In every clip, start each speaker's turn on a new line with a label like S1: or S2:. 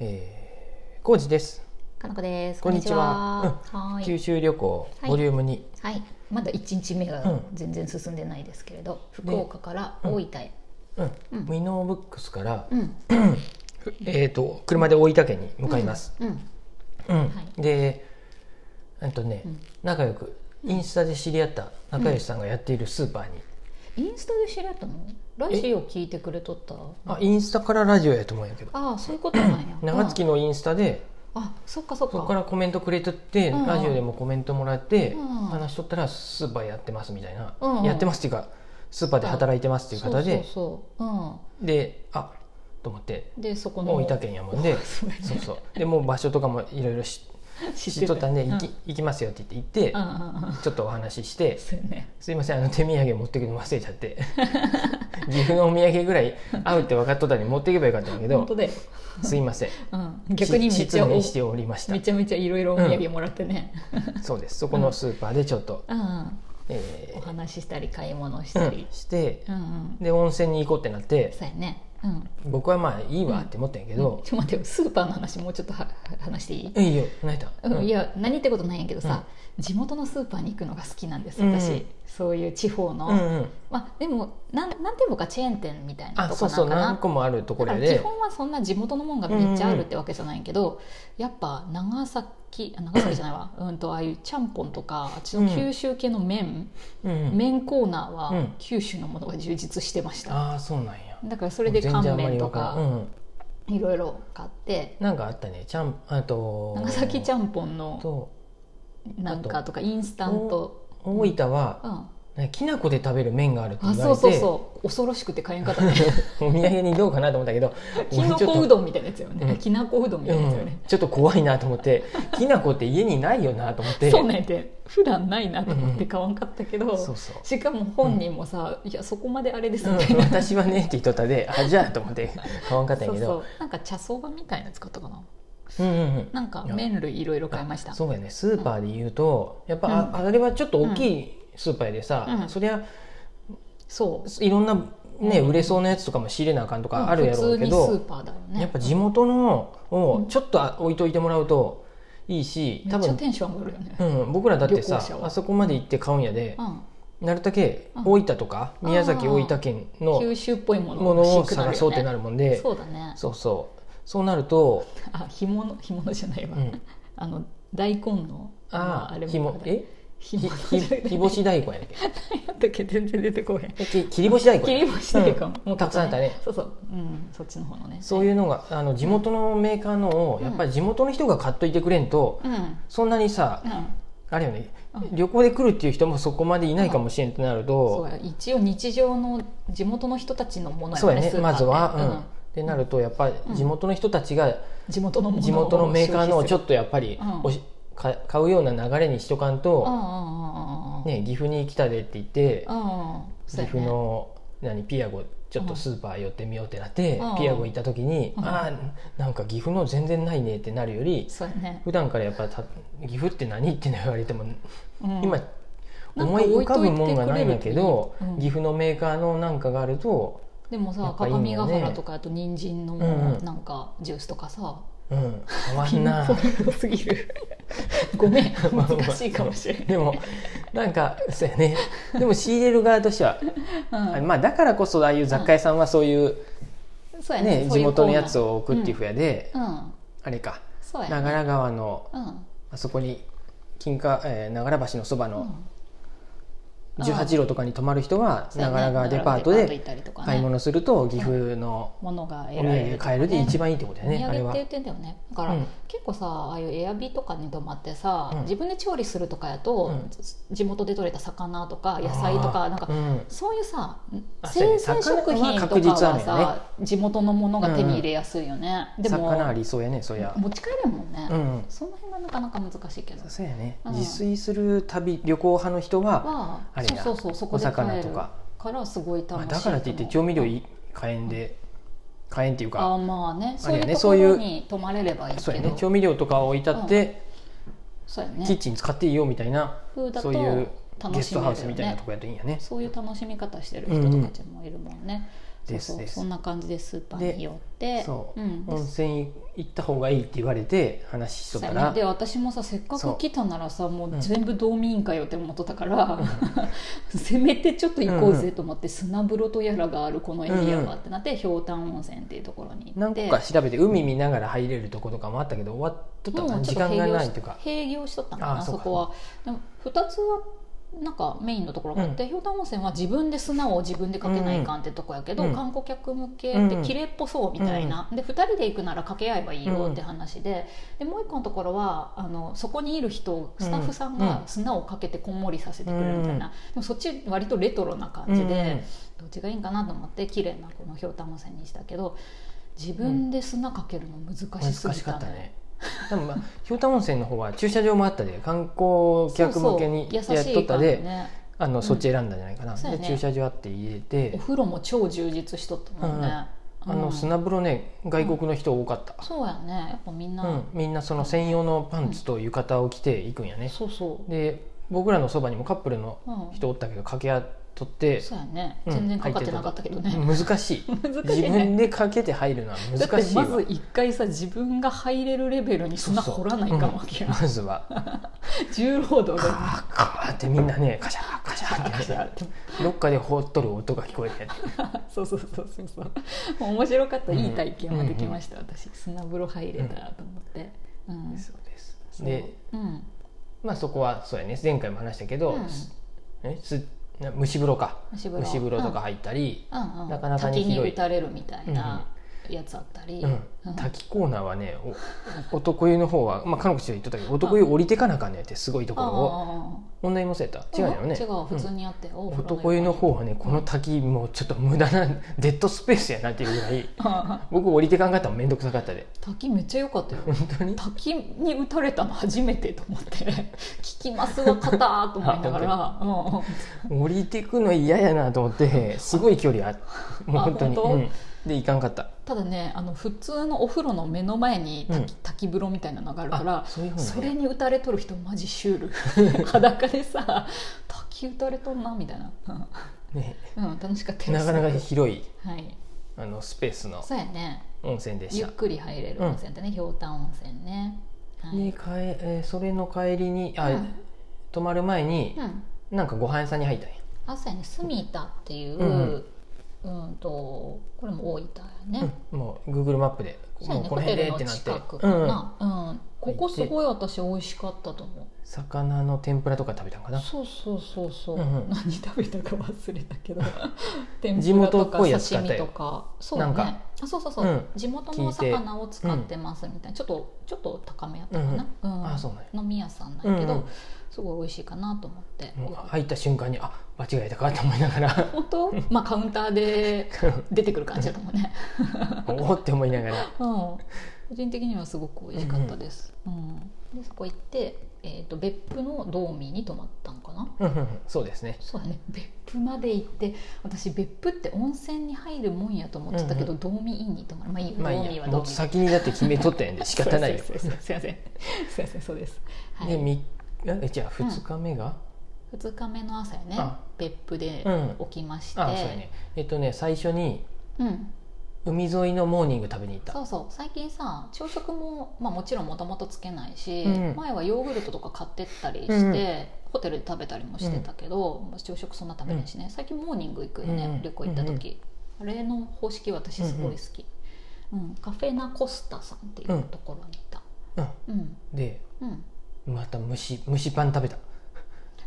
S1: えー、コージです。
S2: かのこです。
S1: こんにちは
S2: こんにちははー
S1: 九
S2: い。
S1: 州旅行、
S2: はい
S1: ボリューム2。
S2: はい。まだ一日目
S1: う
S2: が
S1: ん
S2: 全然進んでないですけれど、
S1: ね
S2: 福岡から大分へ。
S1: うん。
S2: うん
S1: ミノーブックスから、
S2: うん。
S1: えっ、と車で大分県に向かいます。
S2: うん。
S1: うん。
S2: はい
S1: で、えっとね、
S2: うん
S1: 仲良くインスタで知り合った仲良しさんがやっているスーパーに、
S2: インスタで知り合ったの？ラジオ聞いてくれとった。
S1: あインスタからラジオやと思うんやけど、。
S2: ああ、そういうことなんや
S1: 長月
S2: あ
S1: のインスタで
S2: あ。あ、そっかそっ
S1: そこか
S2: か。
S1: らコメントくれとって、
S2: うん
S1: ラジオでもコメントもらって、
S2: うん
S1: 話しとったらスーパーやってますみたいな、
S2: うん
S1: やってますっていうかスーパーで働いてますっていう方で
S2: そうそうそ
S1: であと思って
S2: う。うん。でそこの
S1: 大分県やもんで
S2: そうやね
S1: そうそうでもう場所とかもいろいろ知
S2: 知
S1: 知っとったんで、
S2: うん
S1: 行き行きますよって言って行って、
S2: うんうんうん。
S1: ちょっとお話しして
S2: そうやね。
S1: すいませんあの手土産持ってくの忘れちゃって 岐阜のお土産ぐらい合うって分かっとったのに持っていけばよかったんやけ
S2: 本
S1: ど
S2: 当だよ。
S1: すいません
S2: うん。逆にめっ
S1: 失
S2: ちゃお
S1: 礼しておりました
S2: めちゃめちゃいろいろお土産もらってね。
S1: そうですそこのスーパーでちょっと、
S2: うんうん。
S1: えー
S2: お話ししたり買い物し
S1: う
S2: た
S1: ん
S2: り、
S1: して
S2: うんうん
S1: で温泉に行こうってなって
S2: そうやねうん
S1: 僕はまあいいわって思ったんやけど、
S2: ちょっと待ってよスーパーの話もうちょっとは話していい、
S1: えいいよ泣いた、
S2: うん
S1: うん
S2: いや何ってことないんやけどさ、地元のスーパーに行くのが好きなんです私、
S1: うん
S2: そういう地方の、
S1: うんうん
S2: まあでもなん何店舗かチェーン店みたいな
S1: あ
S2: と
S1: そ
S2: こ
S1: う
S2: な
S1: そ
S2: ん
S1: う
S2: か
S1: 何
S2: な
S1: 個もあるとこ
S2: だか
S1: ろ
S2: ら
S1: や
S2: 基
S1: で
S2: 本はそんな地元のもんがめっちゃあるってわけじゃないけど、やっぱ長崎あ長崎じゃない わうんとああいうちゃんぽんとかあっちの九州系の麺、
S1: うんうん
S2: 麺コーナー
S1: う
S2: は
S1: ん
S2: 九州のものが充実してました、
S1: ああそうなんや
S2: だからそれで乾麺と
S1: 全然あんまりわらん
S2: か
S1: うんうん
S2: いろいろ買って
S1: なんかあったねちゃんあと
S2: 長崎ち
S1: ん
S2: ゃんぽんの
S1: と
S2: なんかとかインスタント、
S1: 大分
S2: う
S1: は、
S2: ん、
S1: ねきなこで食べる麺があるって言わ
S2: あ
S1: れて
S2: そうそうそう恐ろしくて買えんかったね
S1: お土産にどうかなと思ったけ ど
S2: きのこう
S1: ん
S2: どんみたいなやつよね、
S1: うん
S2: きなこうどんみたいなやつよね、
S1: ちょっと怖いなと思って きなこって家にないよなと思って
S2: そうなんやて普段ないなと思って買わんかったけど、
S1: そうそう
S2: しかも本人もさ、いやそこまであれです
S1: う
S2: みたい
S1: ん、
S2: な、
S1: 私はねって言っとったで あじゃあと思って買わんかったん
S2: そ
S1: や
S2: う
S1: け
S2: そ
S1: ど
S2: うなんか茶そばみたいなやつ買ったかな
S1: うんうんうん
S2: なんか麺類いろいろ買いました
S1: あそうやねスーパーで言うと、やっぱあ,、あれはちょっと大きいスーパーでさ、
S2: うん
S1: そりゃ
S2: そう
S1: いろんなね、
S2: うん
S1: 売れそうなやつとかも仕入れなあかんとかあるやろうけ
S2: 普通に
S1: ど
S2: スー、パーだよね
S1: やっぱ地元のをちょっとあ置いといてもらうといいし多
S2: めっちゃ
S1: 分、
S2: テンション上がるよね、
S1: うん、僕らだって
S2: 旅行
S1: さ
S2: 者は
S1: あそこまで行って買うんやで、
S2: うん
S1: なるだけ
S2: うん
S1: 大分とか
S2: あー
S1: 宮崎大分県の
S2: 九州っぽいもの
S1: ものを
S2: 欲しくなる
S1: 探
S2: よね
S1: そうってなるもんで、
S2: そうだね
S1: そうそうそうなると、
S2: あ干物干物じゃないうわ、
S1: ん、
S2: あの大根の
S1: ああ
S2: れも
S1: ひもえ
S2: 干
S1: ひ
S2: 物
S1: ひ
S2: じゃない
S1: ひぼし大根やね
S2: 何やったっけ全然出てこへん
S1: えき切り干し大根
S2: 切り干し大根、
S1: うんたくさんあったね
S2: そうそううんそっちの方のね
S1: そういうのがあの地元のメーカーのを
S2: うん
S1: やっぱり地元の人が買っといてくれんと、
S2: うんうん
S1: そんなにさあれよね、
S2: うん
S1: 旅行で来るっていう人もそこまでいないかもしれんとなる
S2: そう
S1: と、
S2: や一応日常の地元の人たちのもの
S1: そう
S2: や
S1: や
S2: ね
S1: ね
S2: スーパ
S1: ま
S2: ーって
S1: ずは、うんってなるとやっぱり地元の人たちが
S2: うん地元のものを
S1: 地元のメーカーのをちょ
S2: っと
S1: っとやっぱり
S2: うん
S1: おしか買うような流れにしとかん
S2: うんう
S1: と、
S2: んうんうん
S1: ね、岐阜に来たでって言って、
S2: うんうんそ
S1: 岐
S2: うやね
S1: 阜の何ピアゴちょっとスーパー寄ってみようってなって、
S2: うん
S1: ピアゴ行った時に、
S2: うん
S1: ああなんか岐阜の全然ないねってなるより
S2: そうやね
S1: 普段からやっぱた岐阜って何って言われても、
S2: うん
S1: 今
S2: なんか
S1: 思い浮かぶもんがないんだ
S2: 置いといてく
S1: け
S2: れる
S1: ど、
S2: うん
S1: 岐阜のメーカーのなんかがあると、
S2: でも
S1: や
S2: さ
S1: っぱいい
S2: 各
S1: よね
S2: 務原とかあと人参の
S1: うんうん
S2: なんかジュースとかさ、
S1: うん、変わ
S2: ピ
S1: ん
S2: ン
S1: な
S2: ポ。イントすぎる ごめん難しいかもしれない、
S1: でもなんかそうやねでも仕入れる側としては、
S2: うん
S1: まあ、だからこそああいう雑貨屋さんはそういう、
S2: そうやね
S1: ね
S2: そう
S1: 地
S2: いう
S1: 元の
S2: コーナー
S1: やつを置くっていうふうやで、
S2: うん
S1: あれか
S2: そうや
S1: 長
S2: ね
S1: 良川の
S2: うん
S1: あそこに金華、えー、長良橋のそば
S2: う
S1: の
S2: ん
S1: 18路とかに泊まる人は
S2: そうやね
S1: 長良川デパートで
S2: 長良川デパート行ったりとかね
S1: 買い物すると岐阜の
S2: 物が
S1: お土
S2: 選べ
S1: 産
S2: るとか
S1: 買えるで一番いいってことだよね
S2: お
S1: あ
S2: 土
S1: れ
S2: 産っ
S1: は
S2: て言。ってんだよねだから、
S1: うん
S2: 結構さああいうエアビーとかに泊まってさ、
S1: うん
S2: 自分で調理するとかや
S1: う
S2: と、
S1: ん
S2: 地元で採れた魚とか野菜と
S1: あ
S2: か
S1: ー
S2: なんか
S1: うん
S2: そういうさ
S1: あそうやね
S2: 生鮮食品
S1: 魚は
S2: と
S1: 確
S2: か
S1: 実あるよ
S2: は
S1: ね
S2: さ、地元のものが手に入れやすいよね、で
S1: 魚あ
S2: も
S1: りそうやねそりゃ。
S2: 持ち帰れるもんね、
S1: うん
S2: その辺がなかなか難しいけど
S1: そうやね、
S2: うん
S1: 自炊する旅旅行派の人は、
S2: は
S1: あれ
S2: そう
S1: や
S2: そうそうそこで
S1: お
S2: 買
S1: 魚
S2: え
S1: と
S2: る
S1: か
S2: からすごい楽しいと
S1: まあ、
S2: 思う
S1: だからって言って調味料い買えんで買えんっていう
S2: あ
S1: か
S2: ーまあね
S1: あ
S2: そう
S1: れ
S2: い
S1: や
S2: う
S1: ね
S2: ところに泊まれればいいけど
S1: そうやね調味料とか置いたって、
S2: そうやね
S1: キッチン使っていいよみたいな、
S2: 風だと
S1: そういう
S2: 楽
S1: ゲス
S2: し
S1: ト
S2: める
S1: ハ
S2: よ
S1: ウスみたいな
S2: ね
S1: とこやといいんやね。
S2: そういう楽しみ方してる人とかちもいるもんね、
S1: ですです
S2: そんな感じでスーパーに寄って
S1: そう、
S2: ん、
S1: 温泉行った方がいいって言われて話しとった
S2: そうや
S1: ら
S2: ねで私もさせっか
S1: そう
S2: く来たならさもううん全部道民委員会よって思ってたから、 せめてちょっと行こうぜと思って、砂風呂とやらがあるこのエリアはってなってひょうたん温泉っていうところに行っ
S1: 何
S2: て
S1: 個か調べて海見ながら入れるとことかもあったけど終わっとったか
S2: も
S1: な
S2: うち
S1: 時
S2: ょっと
S1: 間
S2: 閉
S1: が
S2: 業
S1: ない
S2: し
S1: とか
S2: 併業しとったのか
S1: あ
S2: な
S1: あ
S2: そ
S1: そうか
S2: こはでも2つはなんかメインのところがあって、ひょうたん温泉は自分で砂を自分でかけないかんってとこやけど、
S1: うん
S2: 観光客向けって
S1: うん
S2: 綺麗っぽそうみたいな、で2人で行くなら掛け合えばいいよって話で,、でもう1個のところはあのそこにいる人スタッフさん
S1: う
S2: が
S1: ん
S2: 砂をかけてこんもりさせてくれるみたいな、でもそっち割とレトロな感じで、どっちがいいんかなと思って綺麗なこのひょうたん温泉にしたけど自分で砂かけるの難
S1: 難
S2: しすぎ
S1: しか
S2: た
S1: った
S2: ね。
S1: ねでもまあひょうたん温泉の方は駐車場もあったで観光客向けにや
S2: そうそう
S1: っとった
S2: 優しい
S1: で
S2: からね
S1: あのそっち選んだんじゃないかな、
S2: そうや
S1: で
S2: ね
S1: 駐車場あって入れ
S2: お
S1: て
S2: 風呂も超充実しとったもんね、
S1: あ
S2: う
S1: の
S2: ん
S1: 砂風呂ね外国の人多かった、
S2: そうやねやっぱみんな、
S1: うんみんなその専用のパンツと浴衣を着て行くんやね、
S2: そうそう、
S1: で僕らのそばにもカップルの
S2: うん、
S1: 人おったけど掛け合っとって、
S2: そうやね
S1: うん
S2: 全然かかってなかったけどね、
S1: 難しい
S2: 難し
S1: 自
S2: いね
S1: 分でかけて入るのは
S2: だって
S1: 難しいわ
S2: まず一回さ自分が入れるレベルに砂掘らないかもわけ
S1: うん
S2: や
S1: まずは
S2: 重労働
S1: カ
S2: だよね
S1: ーカーってみんなねカシャーカシャーってやってどっかで放っとる音が聞こえて
S2: そうそうそうそうそう面白かった、
S1: うん
S2: いい体験はできました、私砂風呂入れたらと思って、うん
S1: そうです
S2: そう
S1: で
S2: うん
S1: まあそこはそうやね前回も話したけど、
S2: うん
S1: すえすな蒸し風呂か
S2: 蒸し
S1: 蒸し風呂とか入ったり、
S2: うんうん、
S1: なかなかに
S2: 滝
S1: ひ
S2: に
S1: どい
S2: 打たれるみたいなやつあったり、
S1: うん
S2: うん
S1: 滝コーナーはねお男湯の方は、まあ、彼女と言っとったけど男湯降りてかなあかんねんってすごいところを
S2: あ
S1: 女湯もそうやった
S2: あ
S1: 違うよね
S2: 違う普通
S1: うん
S2: にあったよ、お風呂
S1: 男湯の方はねこの滝もうちょっと無駄なデッドスペースやなっていうぐらい
S2: ああ
S1: 僕降りてかんかったら面倒くさかったで
S2: 滝めっちゃ良かったよ
S1: 本当に
S2: 滝に打たれたの初めてと思って 「聞きますわ肩」と思いながら、うんうん
S1: 降りてくの嫌やなと思ってすごい距離あもう本当に
S2: あ本当
S1: うんで行かんかった
S2: ただねあの普通のお風呂の目の前に滝,、
S1: う
S2: 滝風呂みたいなのがあるから
S1: あそういうふうにね
S2: それに打たれとる人マジシュー ル裸でさ滝打たれとんなみたいな、
S1: ね
S2: うんうん、楽しかったで
S1: な
S2: す
S1: かなか広い
S2: はい
S1: あのスペースの
S2: そうやね
S1: 温泉でし
S2: ゆ
S1: た
S2: っくり入れる温泉ってね、ひょうたん温泉ね、はい
S1: でかええーそれの帰りにあ、
S2: うん
S1: 泊まる前に
S2: う、ん、
S1: なんかご飯屋さんに入ったんや
S2: 朝にスミタっていう、
S1: う
S2: うんん、とこれも大分やね、
S1: うんもう Google マップで
S2: そ
S1: もう
S2: うやね
S1: こ
S2: ホ
S1: の
S2: テ
S1: 辺で
S2: ル
S1: っ
S2: の
S1: てなって
S2: 近くか
S1: うん
S2: な、うんここすごい私美味しかったと思
S1: 魚の天ぷらとか食べたんか
S2: う
S1: な
S2: そうそうそうそう、
S1: うんうん
S2: 何食べたか忘れた けど天
S1: 地
S2: ぷら
S1: 元
S2: と
S1: っ
S2: か
S1: ぽいやつ買
S2: 刺
S1: った
S2: 身
S1: よ
S2: とかそうね
S1: なんか
S2: あそうそうそう、
S1: うん
S2: 地元のお魚を使ってますみたいなちょっとちょっと高めやったかな、うん
S1: あそうなんや
S2: 飲み屋さんなんやけど、
S1: うんうん
S2: すごい美味しいかなと思って
S1: もう入った瞬間にあ間違えたかと思いながら
S2: 本当まあカウンターで出てくる感じだと思うね、
S1: おおって思いながら
S2: うん、個人的にはすごく美味しかったです、うんでそこ行って、えー、と別府の道民に泊まったのかな
S1: うんうんうんそうですね
S2: そうだね別府まで行って私別府って温泉に入るもんやと思ってたけど、
S1: う
S2: 道民院に泊まるまあいいよ、
S1: まあ
S2: 道
S1: いい
S2: 民
S1: や
S2: は
S1: も
S2: 道
S1: う
S2: 民
S1: 先にだって決めとったんやんで仕方ないよ
S2: そうそうそうすいませんすいませんそうです、はい、
S1: でみえじゃあ2日目が、
S2: 2日目の朝やね
S1: あ
S2: 別府で
S1: うん
S2: 起きまして、
S1: あそうやねえっとね最初に
S2: うん、
S1: 海沿いのモーニング食べに行った
S2: そうそう最近さ朝食も、まあ、もちろんもともとつけないし、
S1: うん
S2: 前はヨーグルトとか買ってったりして、
S1: うん
S2: ホテルで食べたりもしてたけど、もう朝食そんな食べないしね最近モーニング行くよね、
S1: うん
S2: 旅行行った時、あれの方式私すごい好き、うんカフェナコスタさんっていうところにいた、うん
S1: で
S2: うん
S1: また蒸し蒸しパン食べた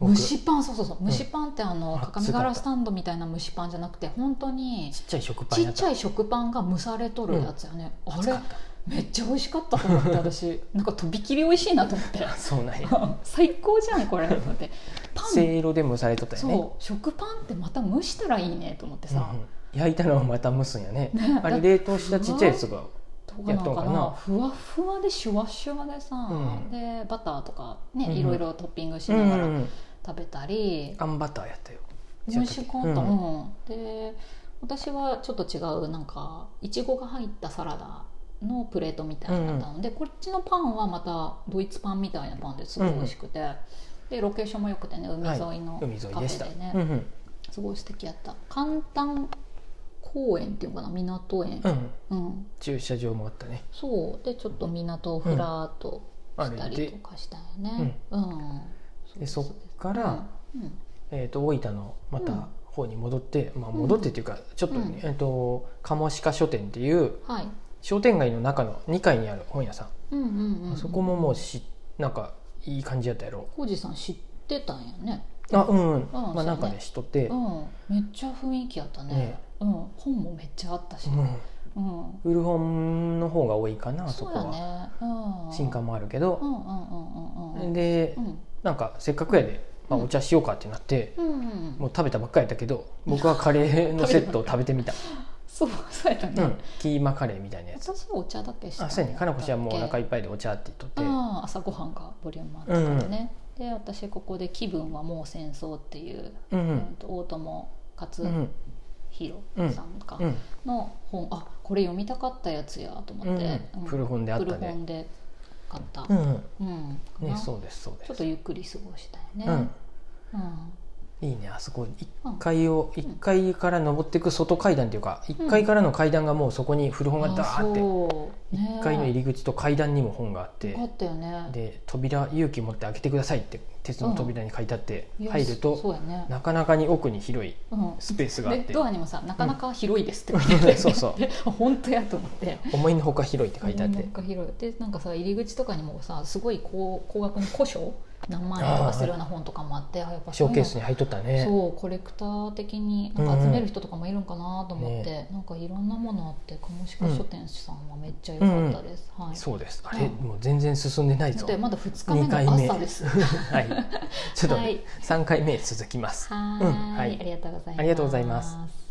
S1: 僕ち
S2: 蒸しパンそうそうそう
S1: うん
S2: 蒸しパンってあの、
S1: あ
S2: 各務原スタンドみたいな蒸しパンじゃなくて本当に
S1: っちゃい食パン
S2: ち
S1: や
S2: っ
S1: った
S2: ちゃい食パンが蒸されとるやつやね、あ
S1: 熱
S2: れ
S1: かった
S2: めっちゃ美味しかったと思って私なんかとびきり美味しいなと思って
S1: そうなんや
S2: 最高じゃんこれと思ってパン、
S1: せいろで蒸されとったよね
S2: そう食パンってまた蒸したらいいねと思ってさ、
S1: うんうん焼いたのをまた蒸すんやね
S2: ね
S1: あれ
S2: だって
S1: 冷凍したちっちゃいやつが
S2: どうな
S1: や
S2: のか
S1: ったんか
S2: な
S1: な
S2: ふわふわでシュワシュワでさ、
S1: うん
S2: でバターとか
S1: うん
S2: ね
S1: うん
S2: いろいろトッピングし
S1: うん
S2: なが
S1: う
S2: ら
S1: んうん
S2: 食べたり、
S1: あんバターやったよ
S2: 美味しかった、
S1: うん
S2: うんで私はちょっと違うなんかいちごが入ったサラダのプレートみたいになったので、こっちのパンはまたドイツパンみたいなパンですごい美味しくて、でロケーションも良くてね海沿いの
S1: はい海沿
S2: カ
S1: い
S2: フ
S1: でし
S2: ェ
S1: た
S2: でね、
S1: うんうん
S2: すごい素敵やった簡単公園っていうのかな港園
S1: う、ん
S2: うん、
S1: 駐車場もあったね
S2: そうでちょっと港をふらっと
S1: 歩
S2: した
S1: い
S2: り
S1: て
S2: とかしたよねうん、
S1: でそっから、
S2: うん
S1: えー、と大分のま
S2: うん
S1: た方に戻って、まあ、戻ってっていうかちょっと,、
S2: うん
S1: えー、と鴨鹿書店っていう
S2: はい
S1: 商店街の中の2階にある本屋さん、
S2: うんうんうん
S1: あそこももうしなんかいい感じやったやろ
S2: 浩二さん知ってたんやね
S1: あうん、うん
S2: そう
S1: ま
S2: ね
S1: あなんかねしとって、
S2: う
S1: うん
S2: んめっちゃ雰囲気やったね
S1: ね
S2: うん本もめっちゃあったしうん
S1: 古本の方が多いかなあそ
S2: そう
S1: こ
S2: や
S1: は、
S2: ねうん
S1: 新刊もあるけ
S2: う
S1: ど、
S2: んうんうんうんうん
S1: で、
S2: うん
S1: なんかせっかくやで、まあ、
S2: うん
S1: お茶しようかってなって、
S2: うんうんうん
S1: もう食べたばっかりやったけど僕はカレーのセットを食べてみた、
S2: そうそうやった
S1: う
S2: ね
S1: ん、キーマカレーみたいなやつ
S2: 私はお茶だけした
S1: あそうやねかなこちゃんもうお腹いっ
S2: っ
S1: ぱいでお茶って言っとって
S2: あ朝ごはんがボリュームあったからね、で私ここで「気分はもう戦争」っていう、
S1: う
S2: うんんと大友
S1: うんう
S2: 克
S1: ん
S2: 弘さんか
S1: うん
S2: の本、あこれ読みたかったやつやと思
S1: う
S2: っ
S1: ん
S2: て、うん
S1: 古本であっ
S2: 古
S1: たね
S2: 本で買った、
S1: う
S2: うん
S1: んうん
S2: かな
S1: ねそうですそうです
S2: ちょっとゆっくり過ごしたよね、
S1: うん
S2: うん
S1: いいねあそこ1階を1階から登っていく外階段っていうか1階からの階段がもうそこに古本がダーって
S2: って
S1: 1階の入り口と階段にも本があって
S2: あったよね
S1: で扉勇気持って開けてくださいって鉄の扉に書いてあって
S2: いや
S1: 入る
S2: そそ
S1: と
S2: うやね
S1: なかなかに奥に広い
S2: うん
S1: スペースがあっ
S2: で
S1: て
S2: ドアにもさ「なかなか広いです」って書いてあるよね
S1: そうそう
S2: で 本当やと思って
S1: 思いのほか広いって書いてあっ
S2: な
S1: て
S2: んか広いでなんかさ入り口とかにもさすごい高高額の古書何万円とかするような本とかもあってあやっぱ
S1: ショーケース
S2: に
S1: に入っとったね
S2: そうコレクター的になんか集める人とかもいるんかなと思って、なんかいろんなものあって鴨志
S1: うん
S2: 書店さんはめっちゃ良かったです、はい
S1: そうですあれ
S2: うん
S1: もう全然進んでない
S2: だっ
S1: ぞ
S2: てまだ2日
S1: 二
S2: 目
S1: 回
S2: の
S1: 目
S2: 朝ですは
S1: はい ちょっと
S2: はい
S1: 3回目続きます
S2: ーい、
S1: うんはい
S2: ありがとうございます
S1: ありがとうございます